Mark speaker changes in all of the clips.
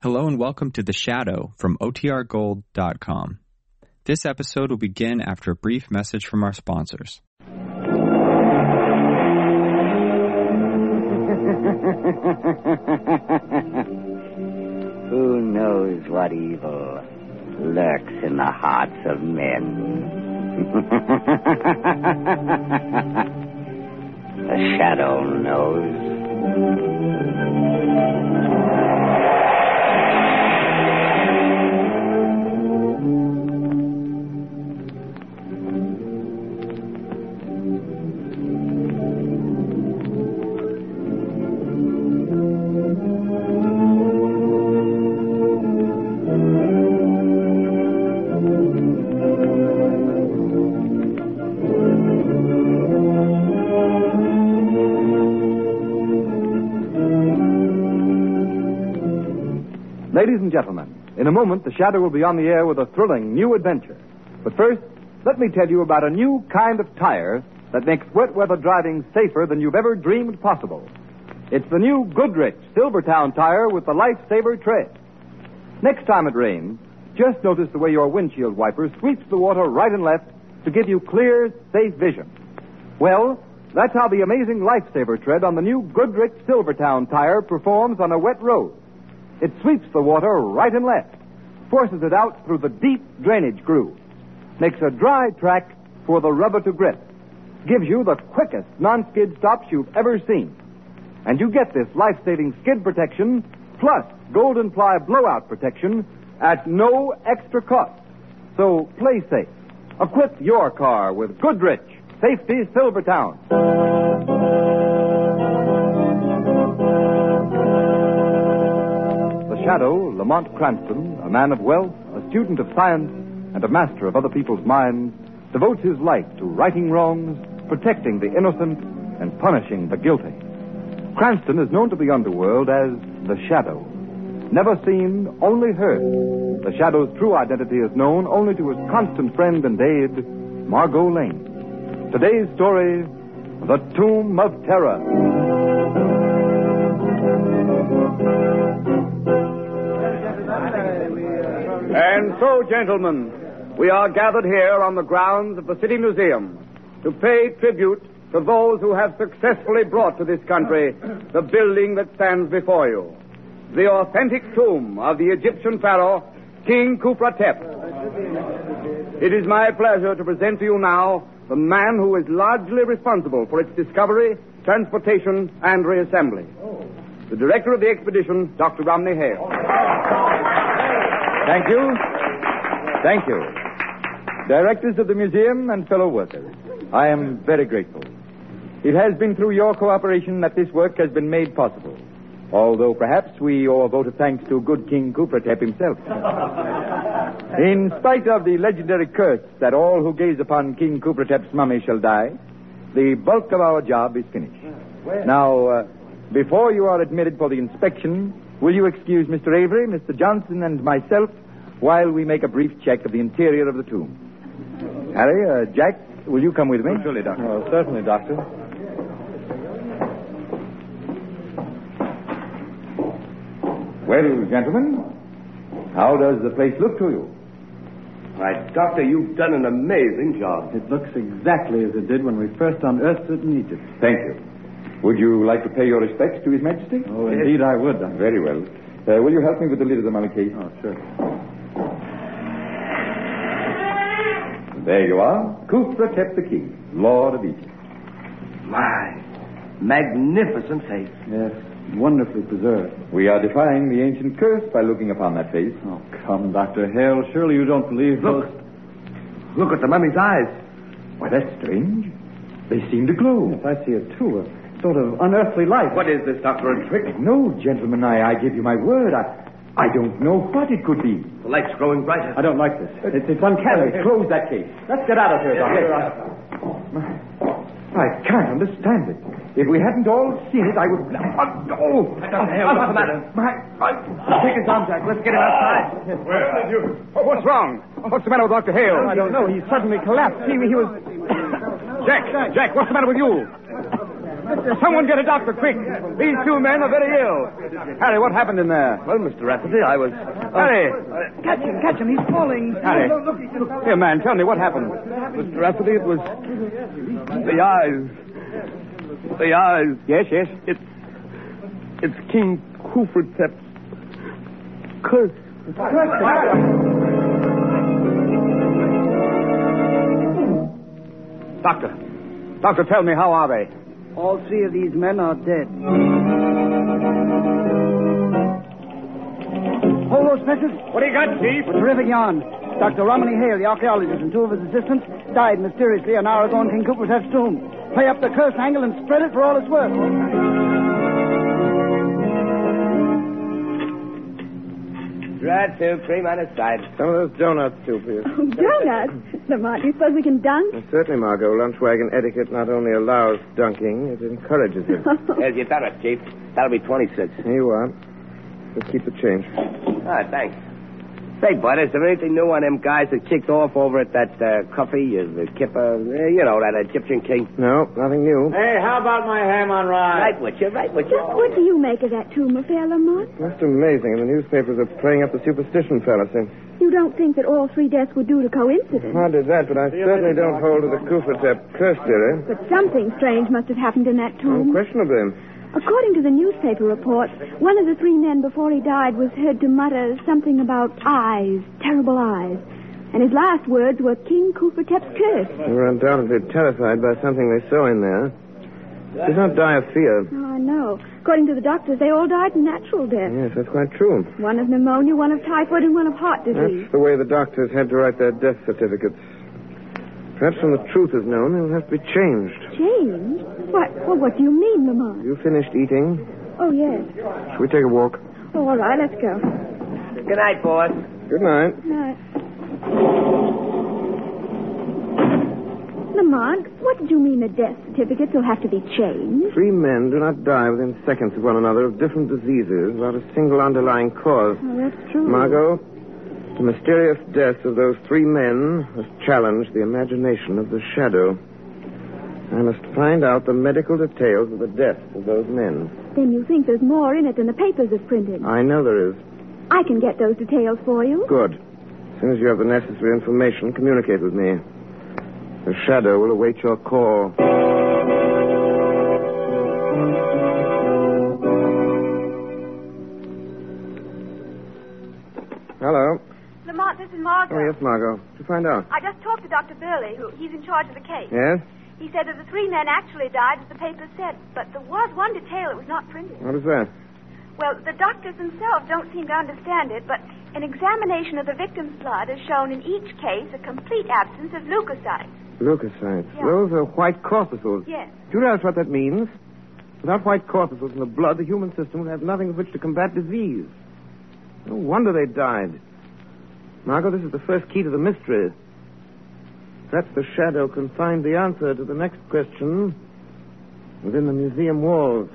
Speaker 1: Hello and welcome to The Shadow from OTRGold.com. This episode will begin after a brief message from our sponsors.
Speaker 2: Who knows what evil lurks in the hearts of men? the shadow knows.
Speaker 3: Ladies and gentlemen, in a moment, the Shadow will be on the air with a thrilling new adventure. But first, let me tell you about a new kind of tire that makes wet weather driving safer than you've ever dreamed possible. It's the new Goodrich Silvertown tire with the Lifesaver tread. Next time it rains, just notice the way your windshield wiper sweeps the water right and left to give you clear, safe vision. Well, that's how the amazing Lifesaver tread on the new Goodrich Silvertown tire performs on a wet road. It sweeps the water right and left, forces it out through the deep drainage groove, makes a dry track for the rubber to grip, gives you the quickest non-skid stops you've ever seen. And you get this life-saving skid protection plus golden ply blowout protection at no extra cost. So play safe. Equip your car with Goodrich Safety Silvertown. The shadow, Lamont Cranston, a man of wealth, a student of science, and a master of other people's minds, devotes his life to righting wrongs, protecting the innocent, and punishing the guilty. Cranston is known to the underworld as the Shadow. Never seen, only heard. The Shadow's true identity is known only to his constant friend and aide, Margot Lane. Today's story The Tomb of Terror. And so, gentlemen, we are gathered here on the grounds of the City Museum to pay tribute to those who have successfully brought to this country the building that stands before you the authentic tomb of the Egyptian pharaoh, King Khufratep. It is my pleasure to present to you now the man who is largely responsible for its discovery, transportation, and reassembly. The director of the expedition, Dr. Romney Hale. Thank you. Thank you. Directors of the museum and fellow workers, I am very grateful. It has been through your cooperation that this work has been made possible. Although perhaps we owe a vote of thanks to good King Kupratep himself. In spite of the legendary curse that all who gaze upon King Kupratep's mummy shall die, the bulk of our job is finished. Now, uh, before you are admitted for the inspection, will you excuse Mr. Avery, Mr. Johnson, and myself while we make a brief check of the interior of the tomb? Harry, uh, Jack, will you come with me? Surely, Doctor. certainly, Doctor. Well, gentlemen, how does the place look to you?
Speaker 4: Why, Doctor, you've done an amazing job.
Speaker 3: It looks exactly as it did when we first unearthed it in Egypt. Thank you. Would you like to pay your respects to His Majesty? Oh, indeed, I would. Very well. Uh, will you help me with the lid of the mummy case? Oh, sure. There you are. Kufra kept the king, Lord of Egypt.
Speaker 4: My, magnificent face.
Speaker 3: Yes, wonderfully preserved. We are defying the ancient curse by looking upon that face. Oh, come, Dr. Hale. Surely you don't believe
Speaker 4: Look. Look at the mummy's eyes.
Speaker 3: Why, that's strange. They seem to glow. Yes, I see it, too. A sort of unearthly light.
Speaker 4: What is this, Doctor? A trick?
Speaker 3: No, gentlemen, I, I give you my word. I, I don't know what it could be.
Speaker 4: The light's growing brighter.
Speaker 3: don't like this. It's, it's uncanny. Close that case. Let's get out of here, Doctor. I, I can't understand it. If we hadn't all seen it, I would. Oh,
Speaker 4: Dr. Hale, what's the matter?
Speaker 3: My, take his arm, Jack. Let's get him outside.
Speaker 5: Where did you?
Speaker 3: Oh, what's wrong? What's the matter with Dr. Hale? I don't know. He suddenly collapsed. He, he was. Jack, Jack, what's the matter with you?
Speaker 4: Someone get a doctor, quick. These two men are very ill. Harry, what happened in there?
Speaker 6: Well, Mr. Rafferty, I was. uh,
Speaker 4: Harry!
Speaker 7: Catch him, catch him. He's falling.
Speaker 4: Harry. Here, man, tell me what happened.
Speaker 6: Mr. Rafferty, it was. The eyes. The eyes.
Speaker 4: Yes, yes.
Speaker 6: It's. It's King Kufratep's curse.
Speaker 4: Doctor. Doctor, tell me, how are they?
Speaker 7: All three of these men are dead. Hold those fences.
Speaker 4: What do you got, Chief?
Speaker 7: A terrific yarn. Dr. Romney Hale, the archaeologist, and two of his assistants died mysteriously an hour ago in King Cooper's tomb. Play up the curse angle and spread it for all it's worth.
Speaker 2: Right, two, cream on a side.
Speaker 8: Some of those donuts, too, please.
Speaker 9: Donuts? Lamont, you suppose we can dunk?
Speaker 8: Certainly, Margot, lunch wagon etiquette not only allows dunking, it encourages it.
Speaker 2: There's your donut, Chief. That'll be 26.
Speaker 8: Here you are. Let's keep the change.
Speaker 2: Ah, thanks. Say, bud, is there anything new on them guys that kicked off over at that uh, coffee, uh, the kipper, uh, you know, that Egyptian king?
Speaker 8: No, nothing new.
Speaker 2: Right with you, right with you.
Speaker 9: Just what do you make of that tomb affair, Lamont?
Speaker 8: Most amazing. And the newspapers are praying up the superstition fallacy.
Speaker 9: You don't think that all three deaths were due to coincidence.
Speaker 8: Hardly that, but I certainly don't hold to the Kufratep curse theory.
Speaker 9: But something strange must have happened in that tomb.
Speaker 8: Unquestionably.
Speaker 9: According to the newspaper reports, one of the three men before he died was heard to mutter something about eyes, terrible eyes. And his last words were King Kufratep's curse.
Speaker 8: They were undoubtedly terrified by something they saw in there. Did not die of fear.
Speaker 9: Oh, I know. According to the doctors, they all died natural death.
Speaker 8: Yes, that's quite true.
Speaker 9: One of pneumonia, one of typhoid, and one of heart disease.
Speaker 8: That's the way the doctors had to write their death certificates. Perhaps when the truth is known, it'll have to be changed.
Speaker 9: Change? What? Well, what do you mean, Lamont?
Speaker 8: You finished eating?
Speaker 9: Oh, yes.
Speaker 8: Shall we take a walk?
Speaker 9: Oh, all right, let's go.
Speaker 2: Good night, boss.
Speaker 8: Good night.
Speaker 9: Night. Lamont, what did you mean the death certificates will have to be changed?
Speaker 8: Three men do not die within seconds of one another of different diseases without a single underlying cause.
Speaker 9: Oh, that's true.
Speaker 8: Margot, the mysterious death of those three men has challenged the imagination of the shadow. I must find out the medical details of the deaths of those men.
Speaker 9: Then you think there's more in it than the papers have printed.
Speaker 8: I know there is.
Speaker 9: I can get those details for you.
Speaker 8: Good. As soon as you have the necessary information, communicate with me. The shadow will await your call. Hello.
Speaker 10: Lamont, this is Margot.
Speaker 8: Oh, yes, Margot. What did you find out?
Speaker 10: I just talked to Dr. Burley, who he's in charge of the case.
Speaker 8: Yes?
Speaker 10: He said that the three men actually died, as the papers said, but there was one detail that was not printed.
Speaker 8: What is that?
Speaker 10: Well, the doctors themselves don't seem to understand it, but an examination of the victim's blood has shown in each case a complete absence of leukocytes.
Speaker 8: Leukocytes.
Speaker 10: Yeah.
Speaker 8: Those are white corpuscles.
Speaker 10: Yes.
Speaker 8: Do you realize what that means? Without white corpuscles in the blood, the human system would have nothing with which to combat disease. No wonder they died. Margot, this is the first key to the mystery. Perhaps the shadow can find the answer to the next question within the museum walls.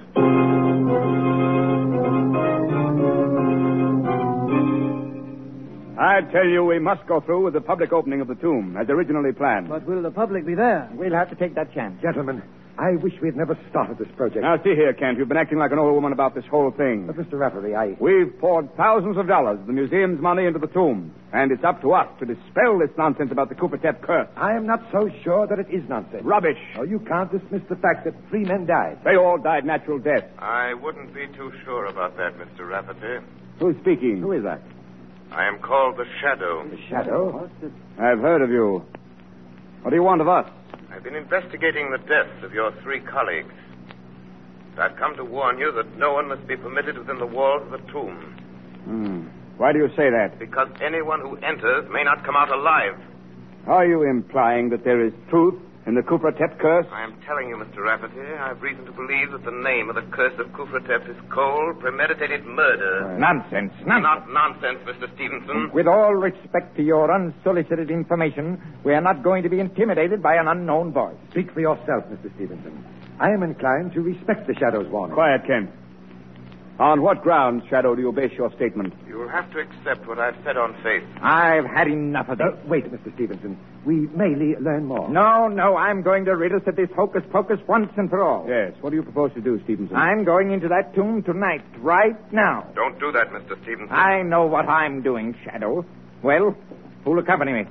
Speaker 4: I tell you, we must go through with the public opening of the tomb, as originally planned.
Speaker 7: But will the public be there?
Speaker 3: We'll have to take that chance. Gentlemen, I wish we had never started this project.
Speaker 4: Now, see here, Kent. You've been acting like an old woman about this whole thing.
Speaker 3: But, Mr. Rafferty, I.
Speaker 4: We've poured thousands of dollars of the museum's money into the tomb, and it's up to us to dispel this nonsense about the Coopertep curse.
Speaker 3: I am not so sure that it is nonsense.
Speaker 4: Rubbish.
Speaker 3: No, you can't dismiss the fact that three men died.
Speaker 4: They all died natural death.
Speaker 11: I wouldn't be too sure about that, Mr. Rafferty.
Speaker 4: Who's speaking?
Speaker 3: Who is that?
Speaker 11: I am called the Shadow.
Speaker 3: The shadow.
Speaker 4: I've heard of you. What do you want of us?
Speaker 11: I've been investigating the deaths of your three colleagues. And I've come to warn you that no one must be permitted within the walls of the tomb,
Speaker 4: Hmm. Why do you say that?
Speaker 11: because anyone who enters may not come out alive.
Speaker 4: Are you implying that there is truth in the Coopertep curse?
Speaker 11: I am telling you, Mr. Rafferty, I've reason to believe that the name of the curse of Kufratep is cold, premeditated murder.
Speaker 3: Nonsense.
Speaker 11: Not nonsense, Mr. Stevenson.
Speaker 3: With all respect to your unsolicited information, we are not going to be intimidated by an unknown voice. Speak for yourself, Mr. Stevenson. I am inclined to respect the shadow's warning.
Speaker 4: Quiet, Kent.
Speaker 6: On what grounds, Shadow, do you base your statement?
Speaker 11: You will have to accept what I've said on faith.
Speaker 3: I've had enough of this.
Speaker 6: Uh,
Speaker 8: wait, Mr. Stevenson. We may le- learn more.
Speaker 3: No, no, I'm going to rid us of this hocus pocus once and for all.
Speaker 6: Yes. What do you propose to do, Stevenson?
Speaker 3: I'm going into that tomb tonight, right now.
Speaker 11: Don't do that, Mr. Stevenson.
Speaker 3: I know what I'm doing, Shadow. Well, who'll accompany me?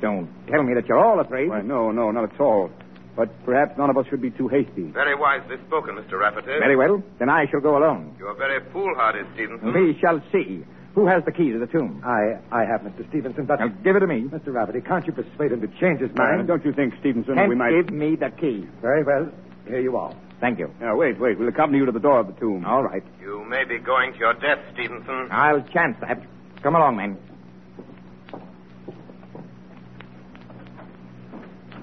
Speaker 3: Don't tell me that you're all afraid.
Speaker 6: Why, no, no, not at all. But perhaps none of us should be too hasty.
Speaker 11: Very wisely spoken, Mr. Rafferty.
Speaker 3: Very well. Then I shall go alone.
Speaker 11: You are very foolhardy, Stevenson.
Speaker 3: We shall see. Who has the key to the tomb?
Speaker 8: I, I have, Mr. Stevenson, but...
Speaker 3: Now give it to me.
Speaker 8: Mr. Rafferty, can't you persuade him to change his
Speaker 6: Uh,
Speaker 8: mind?
Speaker 6: don't you think, Stevenson,
Speaker 3: Can't
Speaker 6: we might.
Speaker 3: give me the key.
Speaker 8: Very well. Here you are.
Speaker 3: Thank you.
Speaker 6: Now, wait, wait. We'll accompany you to the door of the tomb.
Speaker 3: All right.
Speaker 11: You may be going to your death, Stevenson.
Speaker 3: I'll chance that. Come along, man.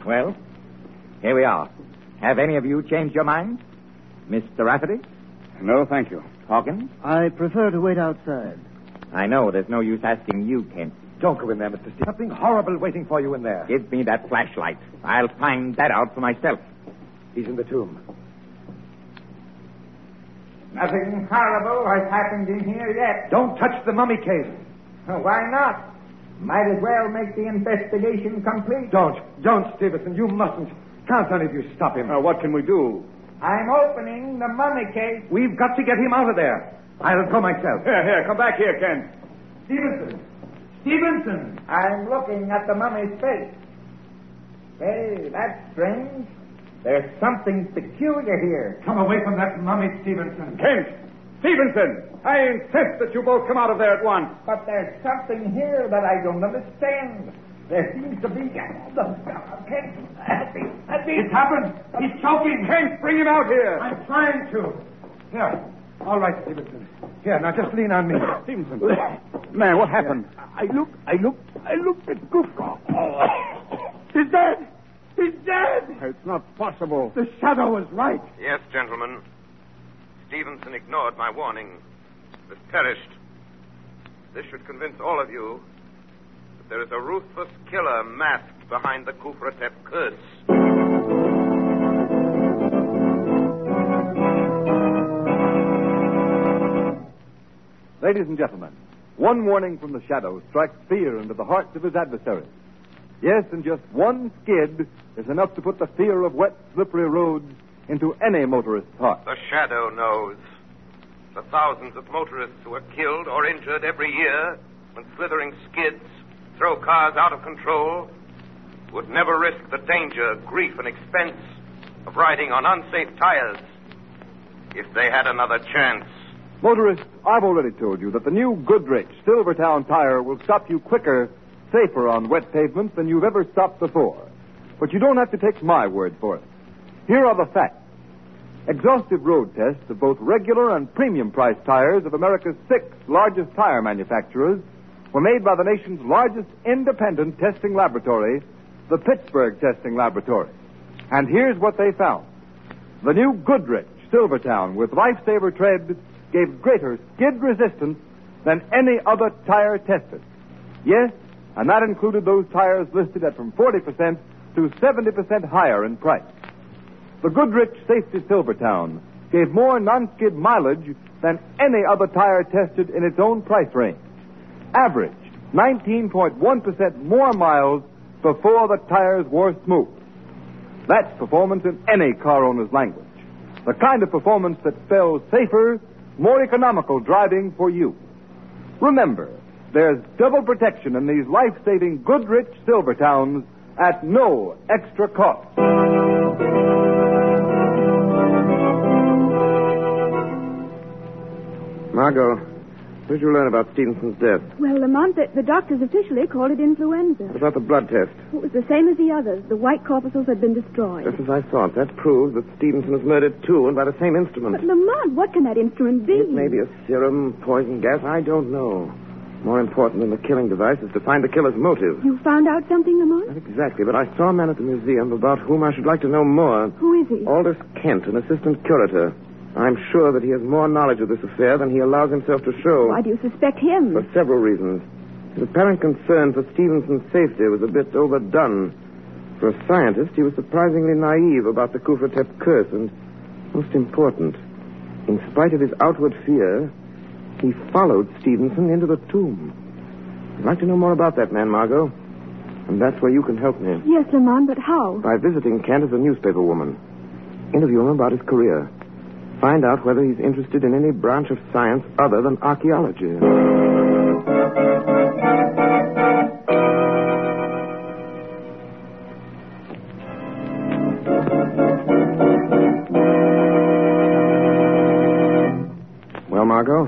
Speaker 3: Well, here we are. Have any of you changed your mind? Mr. Rafferty?
Speaker 6: No, thank you.
Speaker 3: Hawkins?
Speaker 12: I prefer to wait outside.
Speaker 3: I know there's no use asking you, Kent.
Speaker 8: Don't go in there, Mr. Stevenson. Something horrible waiting for you in there.
Speaker 3: Give me that flashlight. I'll find that out for myself.
Speaker 8: He's in the tomb.
Speaker 3: Nothing horrible has happened in here yet.
Speaker 8: Don't touch the mummy case.
Speaker 3: Why not? Might as well make the investigation complete.
Speaker 8: Don't. Don't, Stevenson. You mustn't. Can't any of you stop him?
Speaker 6: Now, what can we do?
Speaker 3: I'm opening the mummy case.
Speaker 8: We've got to get him out of there. I'll go myself.
Speaker 6: Here, here. Come back here, Ken.
Speaker 3: Stevenson! Stevenson! I'm looking at the mummy's face. Hey, that's strange. There's something peculiar here.
Speaker 8: Come away from that mummy, Stevenson.
Speaker 6: Kent! Stevenson! I insist that you both come out of there at once.
Speaker 3: But there's something here that I don't understand. There seems to be. It's happened. He's choking.
Speaker 6: Kent, bring him out here.
Speaker 8: I'm trying to. Here. All right, Stevenson. Here, now just lean on me.
Speaker 6: Stevenson. Man, what happened? I look, I look, I looked at Gufra. He's dead. He's dead. It's not possible.
Speaker 8: The shadow was right.
Speaker 11: Yes, gentlemen. Stevenson ignored my warning. Has perished. This should convince all of you that there is a ruthless killer masked behind the Kufratep curse.
Speaker 6: Ladies and gentlemen, one warning from the shadow strikes fear into the hearts of his adversaries. Yes, and just one skid is enough to put the fear of wet, slippery roads into any motorist's heart.
Speaker 11: The shadow knows. The thousands of motorists who are killed or injured every year when slithering skids throw cars out of control would never risk the danger, grief, and expense of riding on unsafe tires if they had another chance.
Speaker 6: Motorists, I've already told you that the new Goodrich Silvertown tire will stop you quicker, safer on wet pavements than you've ever stopped before. But you don't have to take my word for it. Here are the facts. Exhaustive road tests of both regular and premium priced tires of America's six largest tire manufacturers were made by the nation's largest independent testing laboratory, the Pittsburgh Testing Laboratory. And here's what they found. The new Goodrich Silvertown with Lifesaver tread gave greater skid resistance than any other tire tested. Yes, and that included those tires listed at from 40% to 70% higher in price. The Goodrich Safety Silvertown gave more non-skid mileage than any other tire tested in its own price range. Average 19.1% more miles before the tires wore smooth. That's performance in any car owner's language. The kind of performance that spells safer, more economical driving for you. Remember, there's double protection in these life saving Goodrich Silvertowns at no extra cost.
Speaker 8: Margot, what did you learn about Stevenson's death?
Speaker 9: Well, Lamont, the, the doctors officially called it influenza.
Speaker 8: What about the blood test?
Speaker 9: It was the same as the others. The white corpuscles had been
Speaker 8: Just
Speaker 9: destroyed.
Speaker 8: as I thought, that proves that Stevenson was murdered too, and by the same
Speaker 9: But,
Speaker 8: instrument.
Speaker 9: Lamont, what can that instrument be?
Speaker 8: It may be a serum, poison gas, I don't know. More important than the killing device is to find the killer's motive.
Speaker 9: You found out something,
Speaker 8: Not
Speaker 9: Lamont?
Speaker 8: exactly, but I saw a man at the museum about whom I should like to know more.
Speaker 9: Who is he?
Speaker 8: Aldous Kent, an assistant curator. I'm sure that he has more knowledge of this affair than he allows himself to show.
Speaker 9: Why do you suspect him?
Speaker 8: For several reasons. His apparent concern for Stevenson's safety was a bit overdone. For a scientist, he was surprisingly naive about the Kufratep curse, and most important, In spite of his outward fear, he followed Stevenson into the tomb. I'd like to know more about that man, Margot. And that's where you can help me.
Speaker 9: Yes, Lamont, but how?
Speaker 8: By visiting Candace, the newspaper woman. Interview him about his career. Find out whether he's interested in any branch of science other than archaeology. Well, Margot?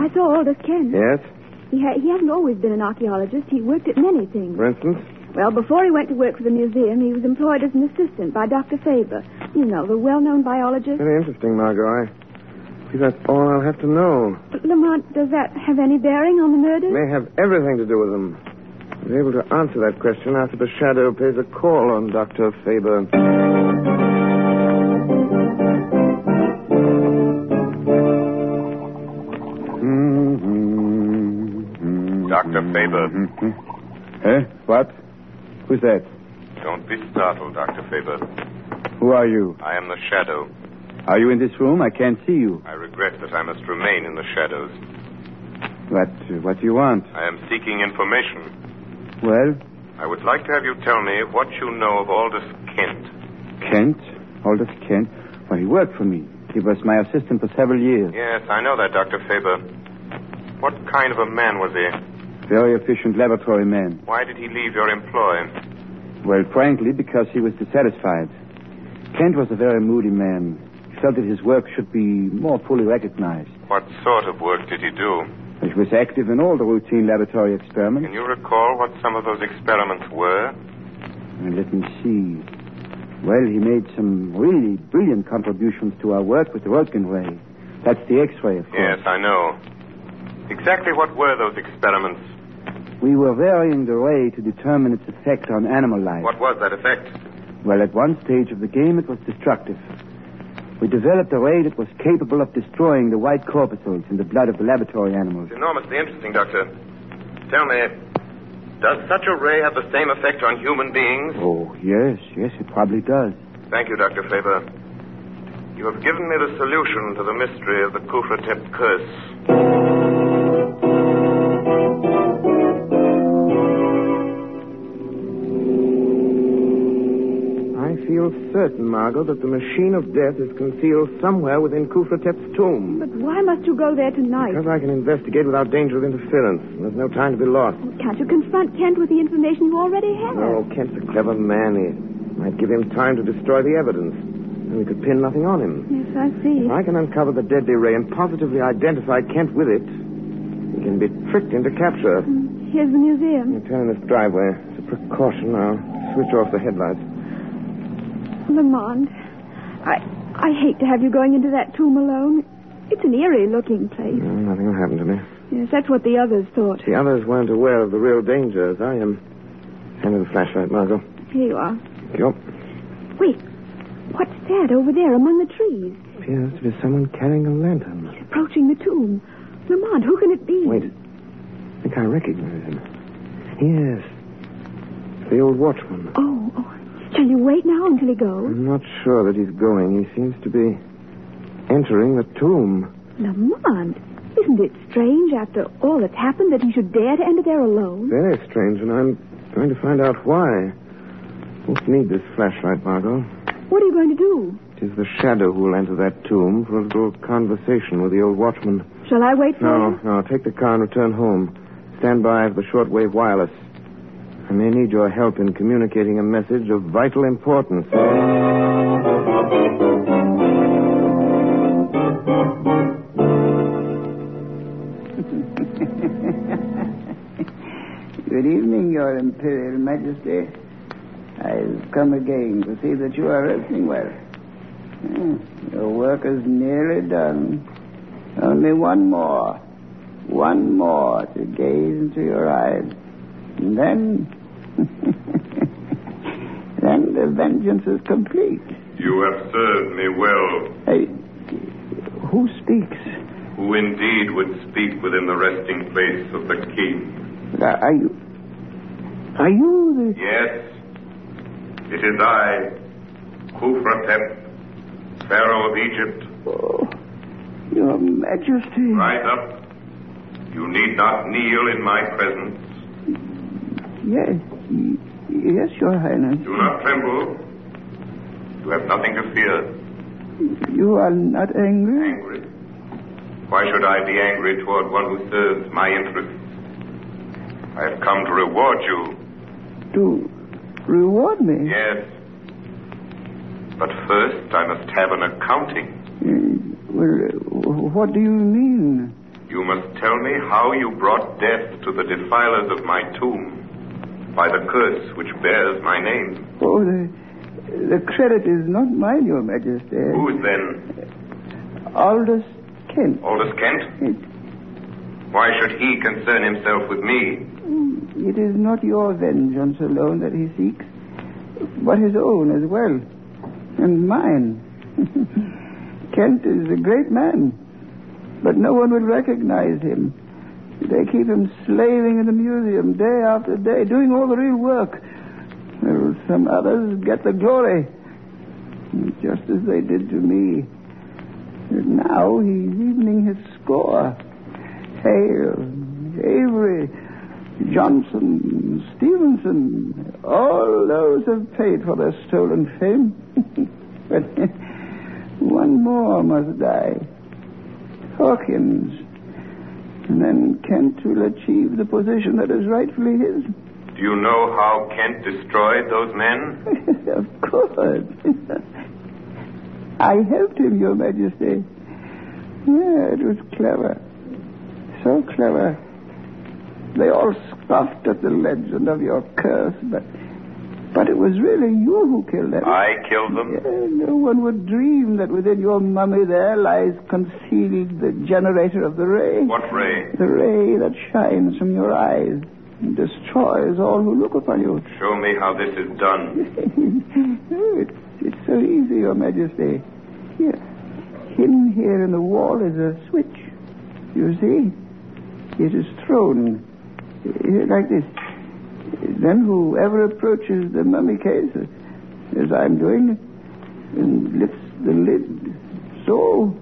Speaker 9: I saw Aldous Kent.
Speaker 8: Yes?
Speaker 9: He, ha- he hasn't always been an archaeologist. He worked at many things.
Speaker 8: For instance?
Speaker 9: Well, before he went to work for the museum, he was employed as an assistant by Dr. Faber. You know, the well-known biologist.
Speaker 8: Very interesting, Margot. I see that's all I'll have to know.
Speaker 9: But Lamont, does that have any bearing on the murder?
Speaker 8: May have everything to do with them. I was able to answer that question after the shadow pays a call on Dr. Faber.
Speaker 11: Dr. Faber.
Speaker 13: Huh? Mm-hmm. Eh? What? Who's that?
Speaker 11: Don't be startled, Dr. Faber.
Speaker 13: Who are you?
Speaker 11: I am the shadow.
Speaker 13: Are you in this room? I can't see you.
Speaker 11: I regret that I must remain in the shadows.
Speaker 13: What, what do you want?
Speaker 11: I am seeking information.
Speaker 13: Well,
Speaker 11: I would like to have you tell me what you know of Aldous Kent.
Speaker 13: Kent, Aldous Kent. Well, he worked for me. He was my assistant for several years.
Speaker 11: Yes, I know that, Dr. Faber. What kind of a man was he?
Speaker 13: Very efficient laboratory man.
Speaker 11: Why did he leave your employ?
Speaker 13: Well, frankly, because he was dissatisfied. Kent was a very moody man. He felt that his work should be more fully recognized.
Speaker 11: What sort of work did he do?
Speaker 13: He was active in all the routine laboratory experiments.
Speaker 11: Can you recall what some of those experiments were?
Speaker 13: And let me see. Well, he made some really brilliant contributions to our work with the Röntgen ray. That's the X-ray, of course.
Speaker 11: Yes, I know. Exactly what were those experiments?
Speaker 13: We were varying the ray to determine its effect on animal life.
Speaker 11: What was that effect?
Speaker 13: Well, at one stage of the game, it was destructive. We developed a ray that was capable of destroying the white corpuscles in the blood of the laboratory animals.
Speaker 11: It's enormously interesting, Doctor. Tell me, does such a ray have the same effect on human beings?
Speaker 13: Oh, yes, yes, it probably does.
Speaker 11: Thank you, Dr. Faber. You have given me the solution to the mystery of the Kufratep curse.
Speaker 8: I feel certain, Margot, that the machine of death is concealed somewhere within Kufratep's tomb.
Speaker 9: But why must you go there tonight?
Speaker 8: Because I can investigate without danger of interference. and There's no time to be lost.
Speaker 9: Can't you confront Kent with the information you already have?
Speaker 8: Oh, Kent's a clever man. He might give him time to destroy the evidence. And we could pin nothing on him.
Speaker 9: Yes, I see.
Speaker 8: If I can uncover the deadly ray and positively identify Kent with it, he can be tricked into capture.
Speaker 9: Here's the museum.
Speaker 8: You turn this driveway. As a precaution, I'll switch off the headlights.
Speaker 9: Lamont, I, I hate to have you going into that tomb alone. It's an eerie looking place.
Speaker 8: Mm, Nothing will happen to me.
Speaker 9: Yes, that's what the others thought.
Speaker 8: The others weren't aware of the real danger as I am. Hand me the flashlight, Margot.
Speaker 9: Here you are.
Speaker 8: Thank you.
Speaker 9: Wait, what's that over there among the trees?
Speaker 8: Appears to be someone carrying a lantern.
Speaker 9: Approaching the tomb. Lamont, who can it be?
Speaker 8: Wait. I think I recognize him. Yes. The old watchman.
Speaker 9: Oh, oh, shall you wait now until he goes?
Speaker 8: I'm not sure that he's going. He seems to be entering the tomb.
Speaker 9: Lamont, isn't it strange after all that's happened that he should dare to enter there alone?
Speaker 8: Very strange, and I'm going to find out why. Won't need this flashlight, Margot.
Speaker 9: What are you going to do?
Speaker 8: It is the shadow who will enter that tomb for a little conversation with the old watchman.
Speaker 9: Shall I wait for
Speaker 8: No,
Speaker 9: you?
Speaker 8: no, take the car and return home. Stand by for the shortwave wireless. I may need your help in communicating a message of vital importance.
Speaker 12: Good evening, Your Imperial Majesty. I've come again to see that you are resting well. Hmm, Your work is nearly done. Only one more. One more to gaze into your eyes. And then. then the vengeance is complete.
Speaker 11: You have served me well.
Speaker 12: Hey, who speaks?
Speaker 11: who indeed would speak within the resting place of the king.
Speaker 12: Are are you. Are you the.
Speaker 11: Yes, it is I, Khufratep, Pharaoh of Egypt.
Speaker 12: Oh, Your Majesty.
Speaker 11: Rise up. You need not kneel in my presence.
Speaker 12: Yes. y- Yes, Your Highness.
Speaker 11: Do not tremble. You have nothing to fear.
Speaker 12: You are not angry?
Speaker 11: Angry? Why should I be angry toward one who serves my interests? I have come to reward you.
Speaker 12: To reward me?
Speaker 11: Yes. But first, I must have an accounting.
Speaker 12: Well, uh, what do you mean?
Speaker 11: You must tell me how you brought death to the defilers of my tomb by the curse which bears my name.
Speaker 12: Oh, the, the credit is not mine, Your Majesty.
Speaker 11: Whose then?
Speaker 12: Aldous Kent.
Speaker 11: Aldous Kent? Why should he concern himself with me?
Speaker 12: It is not your vengeance alone that he seeks, but his own as well, and mine. Kent is a great man, but no one would recognize him. They keep him slaving in the museum day after day, doing all the real work. Well, some others get the glory, just as they did to me. And now he's evening his score. Hale, Avery, Johnson, Stevenson, all those have paid for their stolen fame. but one more must die. Hawkins. And then Kent will achieve the position that is rightfully his.
Speaker 11: Do you know how Kent destroyed those men?
Speaker 12: of course. I helped him, Your Majesty. Yeah, it was clever. So clever. They all scoffed at the legend of your curse, but but it was really you who killed them.
Speaker 11: I killed them?
Speaker 12: Yeah, no one would dream that within your mummy there lies concealed the generator of the ray.
Speaker 11: What ray?
Speaker 12: The ray that shines from your eyes and destroys all who look upon you.
Speaker 11: Show me how this is done.
Speaker 12: Oh, it's, it's so easy, Your Majesty. Here, hidden here in the wall is a switch. You see? It is thrown eh, like this. Then whoever approaches the mummy case, eh, as I'm doing, and lifts the lid, so,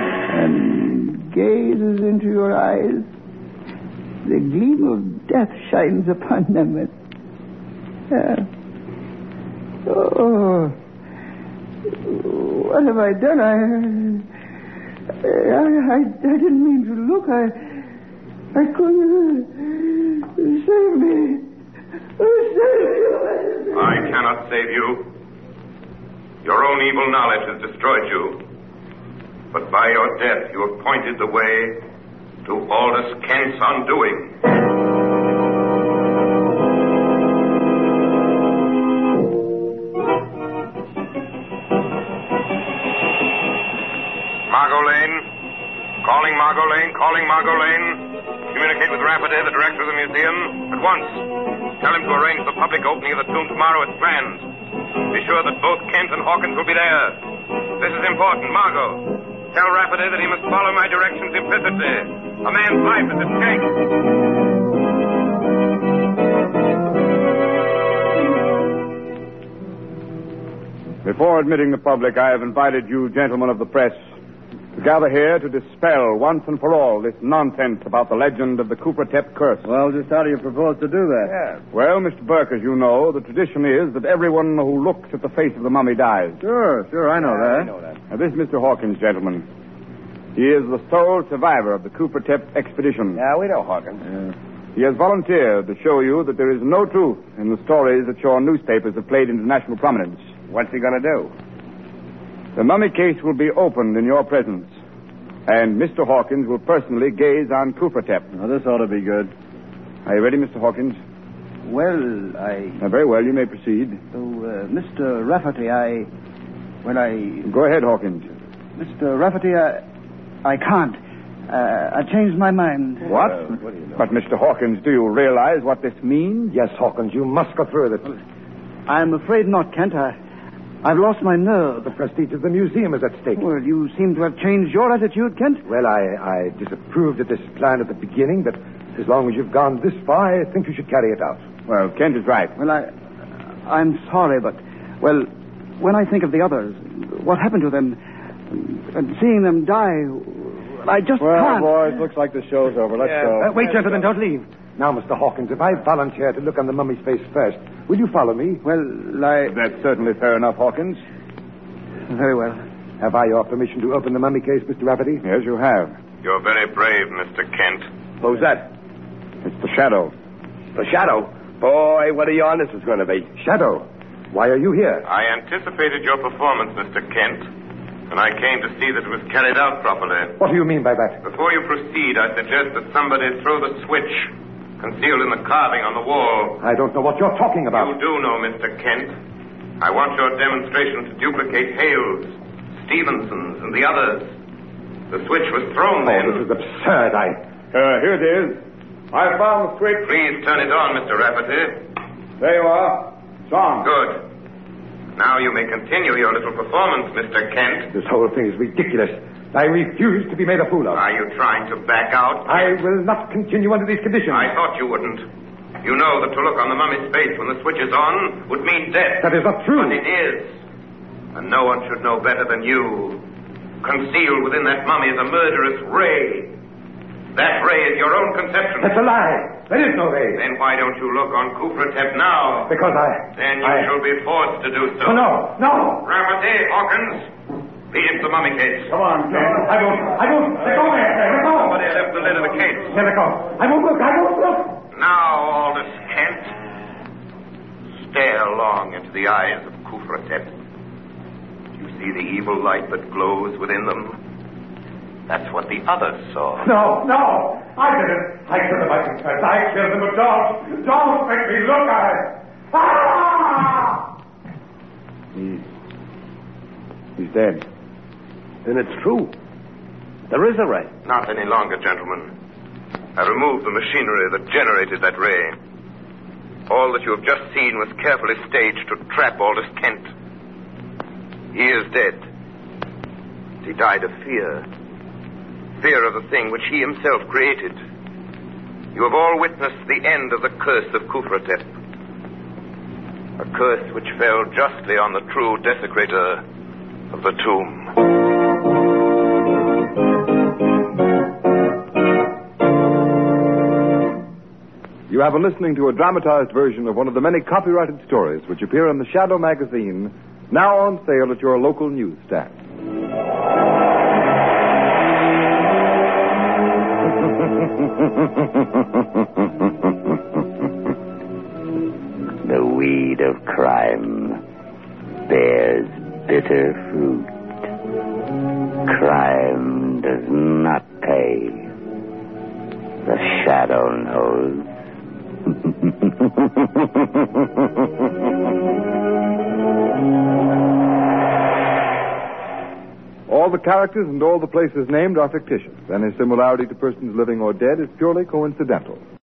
Speaker 12: and gazes into your eyes, the gleam of death shines upon them. Eh, And yeah. Oh, what have I done? I, I, I, I didn't mean to look. I, I couldn't. eh, Save me. Oh, Save me.
Speaker 11: I cannot save you. Your own evil knowledge has destroyed you. But by your death, you have pointed the way to Aldous Kent's undoing. Margot Lane. Calling Margot Lane. Calling Margot Lane. Communicate with Raffade, the director of the museum, at once. Tell him to arrange the public opening of the tomb tomorrow as planned. Be sure that both Kent and Hawkins will be there. This is important, Margot. Tell Raffade that he must follow my directions implicitly. A man's life is at stake.
Speaker 4: Before admitting the public, I have invited you, gentlemen of the press, to gather here to dispel once and for all this nonsense about the legend of the Cooper Tep curse.
Speaker 7: Well, just how do you propose to do that?
Speaker 4: Well, Mr. Burke, as you know, the tradition is that everyone who looks at the face of the mummy dies.
Speaker 7: Sure, sure, I know that.
Speaker 4: Now, this Mr. Hawkins, gentlemen. He is the sole survivor of the Cooper Tep expedition.
Speaker 7: Yeah, we know Hawkins.
Speaker 4: He has volunteered to show you that there is no truth in the stories that your newspapers have played into national prominence.
Speaker 7: What's he going to do?
Speaker 4: The mummy case will be opened in your presence, and Mr. Hawkins will personally gaze on Cooper Tep.
Speaker 7: Now, this ought to be good.
Speaker 4: Are you ready, Mr. Hawkins?
Speaker 7: Well, I.
Speaker 4: Now, very well, you may proceed.
Speaker 7: Oh, uh, Mr. Rafferty, I. Well, I.
Speaker 4: Go ahead, Hawkins.
Speaker 7: Mr. Rafferty, I. I can't. Uh, I changed my mind.
Speaker 4: What? Uh, But, Mr. Hawkins, do you realize what this means?
Speaker 7: Yes, Hawkins, you must go through with it. I'm afraid not, Kent. I, I've lost my nerve. The prestige of the museum is at stake. Well, you seem to have changed your attitude, Kent.
Speaker 3: Well, I, I disapproved of this plan at the beginning, but as long as you've gone this far, I think you should carry it out.
Speaker 4: Well, Kent is right.
Speaker 7: Well, I, I'm sorry, but well, when I think of the others, what happened to them? and seeing them die, well, I just
Speaker 3: well,
Speaker 7: can't.
Speaker 3: boys, looks like the show's over. Let's
Speaker 7: Yeah.
Speaker 3: go.
Speaker 7: Uh, wait, gentlemen,
Speaker 3: don't leave. Now, Mr. Hawkins, if I volunteer to look on the mummy's face first, will you follow me? Well, I. That's certainly fair enough, Hawkins. Very well. Have I your permission to open the mummy case, Mr. Rafferty? Yes, you have.
Speaker 11: You're very brave, Mr. Kent.
Speaker 14: Who's that?
Speaker 3: It's the shadow.
Speaker 14: The shadow? Boy, what a yarn this is going to be.
Speaker 3: Shadow? Why are you here?
Speaker 11: I anticipated your performance, Mr. Kent, and I came to see that it was carried out properly.
Speaker 3: What do you mean by that?
Speaker 11: Before you proceed, I suggest that somebody throw the switch concealed in the carving on the wall.
Speaker 3: I don't know what you're talking about.
Speaker 11: You do know, Mr. Kent. I want your demonstration to duplicate Hale's, Stevenson's, and the others. The switch was thrown then.
Speaker 3: Oh, This is absurd. I.
Speaker 15: Uh, here it is. I found the switch.
Speaker 11: Please turn it on, Mr. Rafferty.
Speaker 15: There you are. It's on.
Speaker 11: Good. Now you may continue your little performance, Mr. Kent.
Speaker 3: This whole thing is ridiculous. I refuse to be made a fool of.
Speaker 11: Are you trying to back out?
Speaker 3: I will not continue under these conditions.
Speaker 11: I thought you wouldn't. You know that to look on the mummy's face when the switch is on would mean death.
Speaker 3: That is not true.
Speaker 11: But it is. And no one should know better than you. Concealed within that mummy is a murderous ray. That ray is your own conception.
Speaker 3: That's a lie. There is no ray.
Speaker 11: Then why don't you look on Kupratep now?
Speaker 3: Because I-
Speaker 11: Then you
Speaker 3: I-
Speaker 11: shall be forced to do
Speaker 3: Oh,
Speaker 11: so.
Speaker 3: no, no.
Speaker 11: Rafferty, Hawkins, lead him to mummy case.
Speaker 3: Oh.
Speaker 11: Come on,
Speaker 3: I won't. I won't. Let go, man. Let go.
Speaker 11: Somebody left the lid of the case.
Speaker 3: Let go. I won't look. I won't look.
Speaker 11: Now, Aldous Kent, stare long into the eyes of Kufratep. You see the evil light that glows within them? That's what the others saw.
Speaker 15: No, no. I did it. I killed him, I confess. I killed him, but don't. Don't make me look at it.
Speaker 3: Ah! He's, he's dead.
Speaker 14: Then it's true. There is a ray.
Speaker 11: Not any longer, gentlemen. I removed the machinery that generated that ray. All that you have just seen was carefully staged to trap Aldous Kent. He is dead. He died of fear. Fear of the thing which he himself created. You have all witnessed the end of the curse of Kufratep. A curse which fell justly on the true desecrator of the tomb.
Speaker 6: You have been listening to a dramatized version of one of the many copyrighted stories which appear in the Shadow magazine, now on sale at your local newsstand.
Speaker 2: The weed of crime bears bitter fruit. Crime does not pay. The shadow knows.
Speaker 6: All the characters and all the places named are fictitious. Any similarity to persons living or dead is purely coincidental.